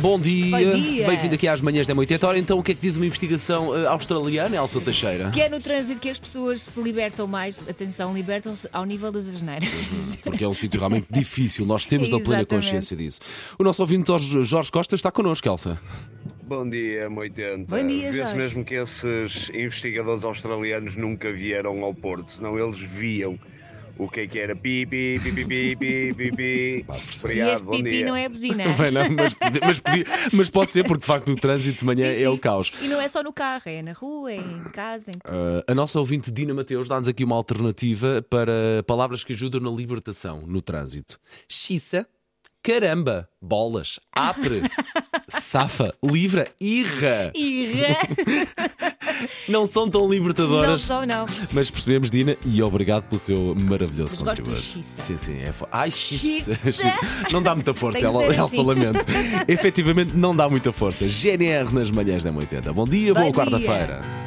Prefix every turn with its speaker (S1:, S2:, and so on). S1: Bom dia,
S2: Bom dia.
S1: bem-vindo aqui às manhãs da 80 hora. Então, o que é que diz uma investigação eh, australiana, Elsa Teixeira?
S2: Que é no trânsito que as pessoas se libertam mais. Atenção, libertam-se ao nível das asneiras.
S3: Uhum.
S1: Porque é um sítio realmente difícil, nós temos da plena
S2: Exatamente.
S1: consciência disso. O nosso ouvinte Jorge Jorge Costa está connosco, Elsa.
S3: Bom dia, M80.
S2: Bom dia,
S3: Vê-se
S2: Jorge.
S3: mesmo que esses investigadores australianos nunca vieram ao Porto, senão eles viam o que é que era pi, pi, pi, pi, pi, pi, pi, pi.
S2: E
S3: Obrigado,
S2: este
S3: bom
S2: pipi
S3: dia.
S2: não é buzina.
S1: Bem, não, mas, mas podia- mas pode ser, porque de facto o trânsito de manhã
S2: Sim, sim.
S1: é o caos.
S2: E não é só no carro, é na rua, é em casa, em tudo.
S1: Eh, a nossa ouvinte Dina Mateus dá-nos aqui uma alternativa para palavras que ajudam na libertação no trânsito: Xissa, caramba, bolas, apre, safa, livra, irra.
S2: Irra!
S1: Não são tão
S2: Não
S1: libertadoras.
S2: só não.
S1: Mas percebemos, Dina, e obrigado pelo seu maravilhoso
S2: Mas gosto do
S1: contributo.
S2: xista.
S1: Sim, sim, é fo- Ai, xista.
S2: Xista.
S1: Não dá muita força,
S2: Tem que
S1: ela,
S2: ser
S1: ela
S2: assim.
S1: só lamento. Efetivamente, não dá muita força. GNR nas manhãs da 80. Bom dia, boa
S2: Bom dia.
S1: quarta-feira.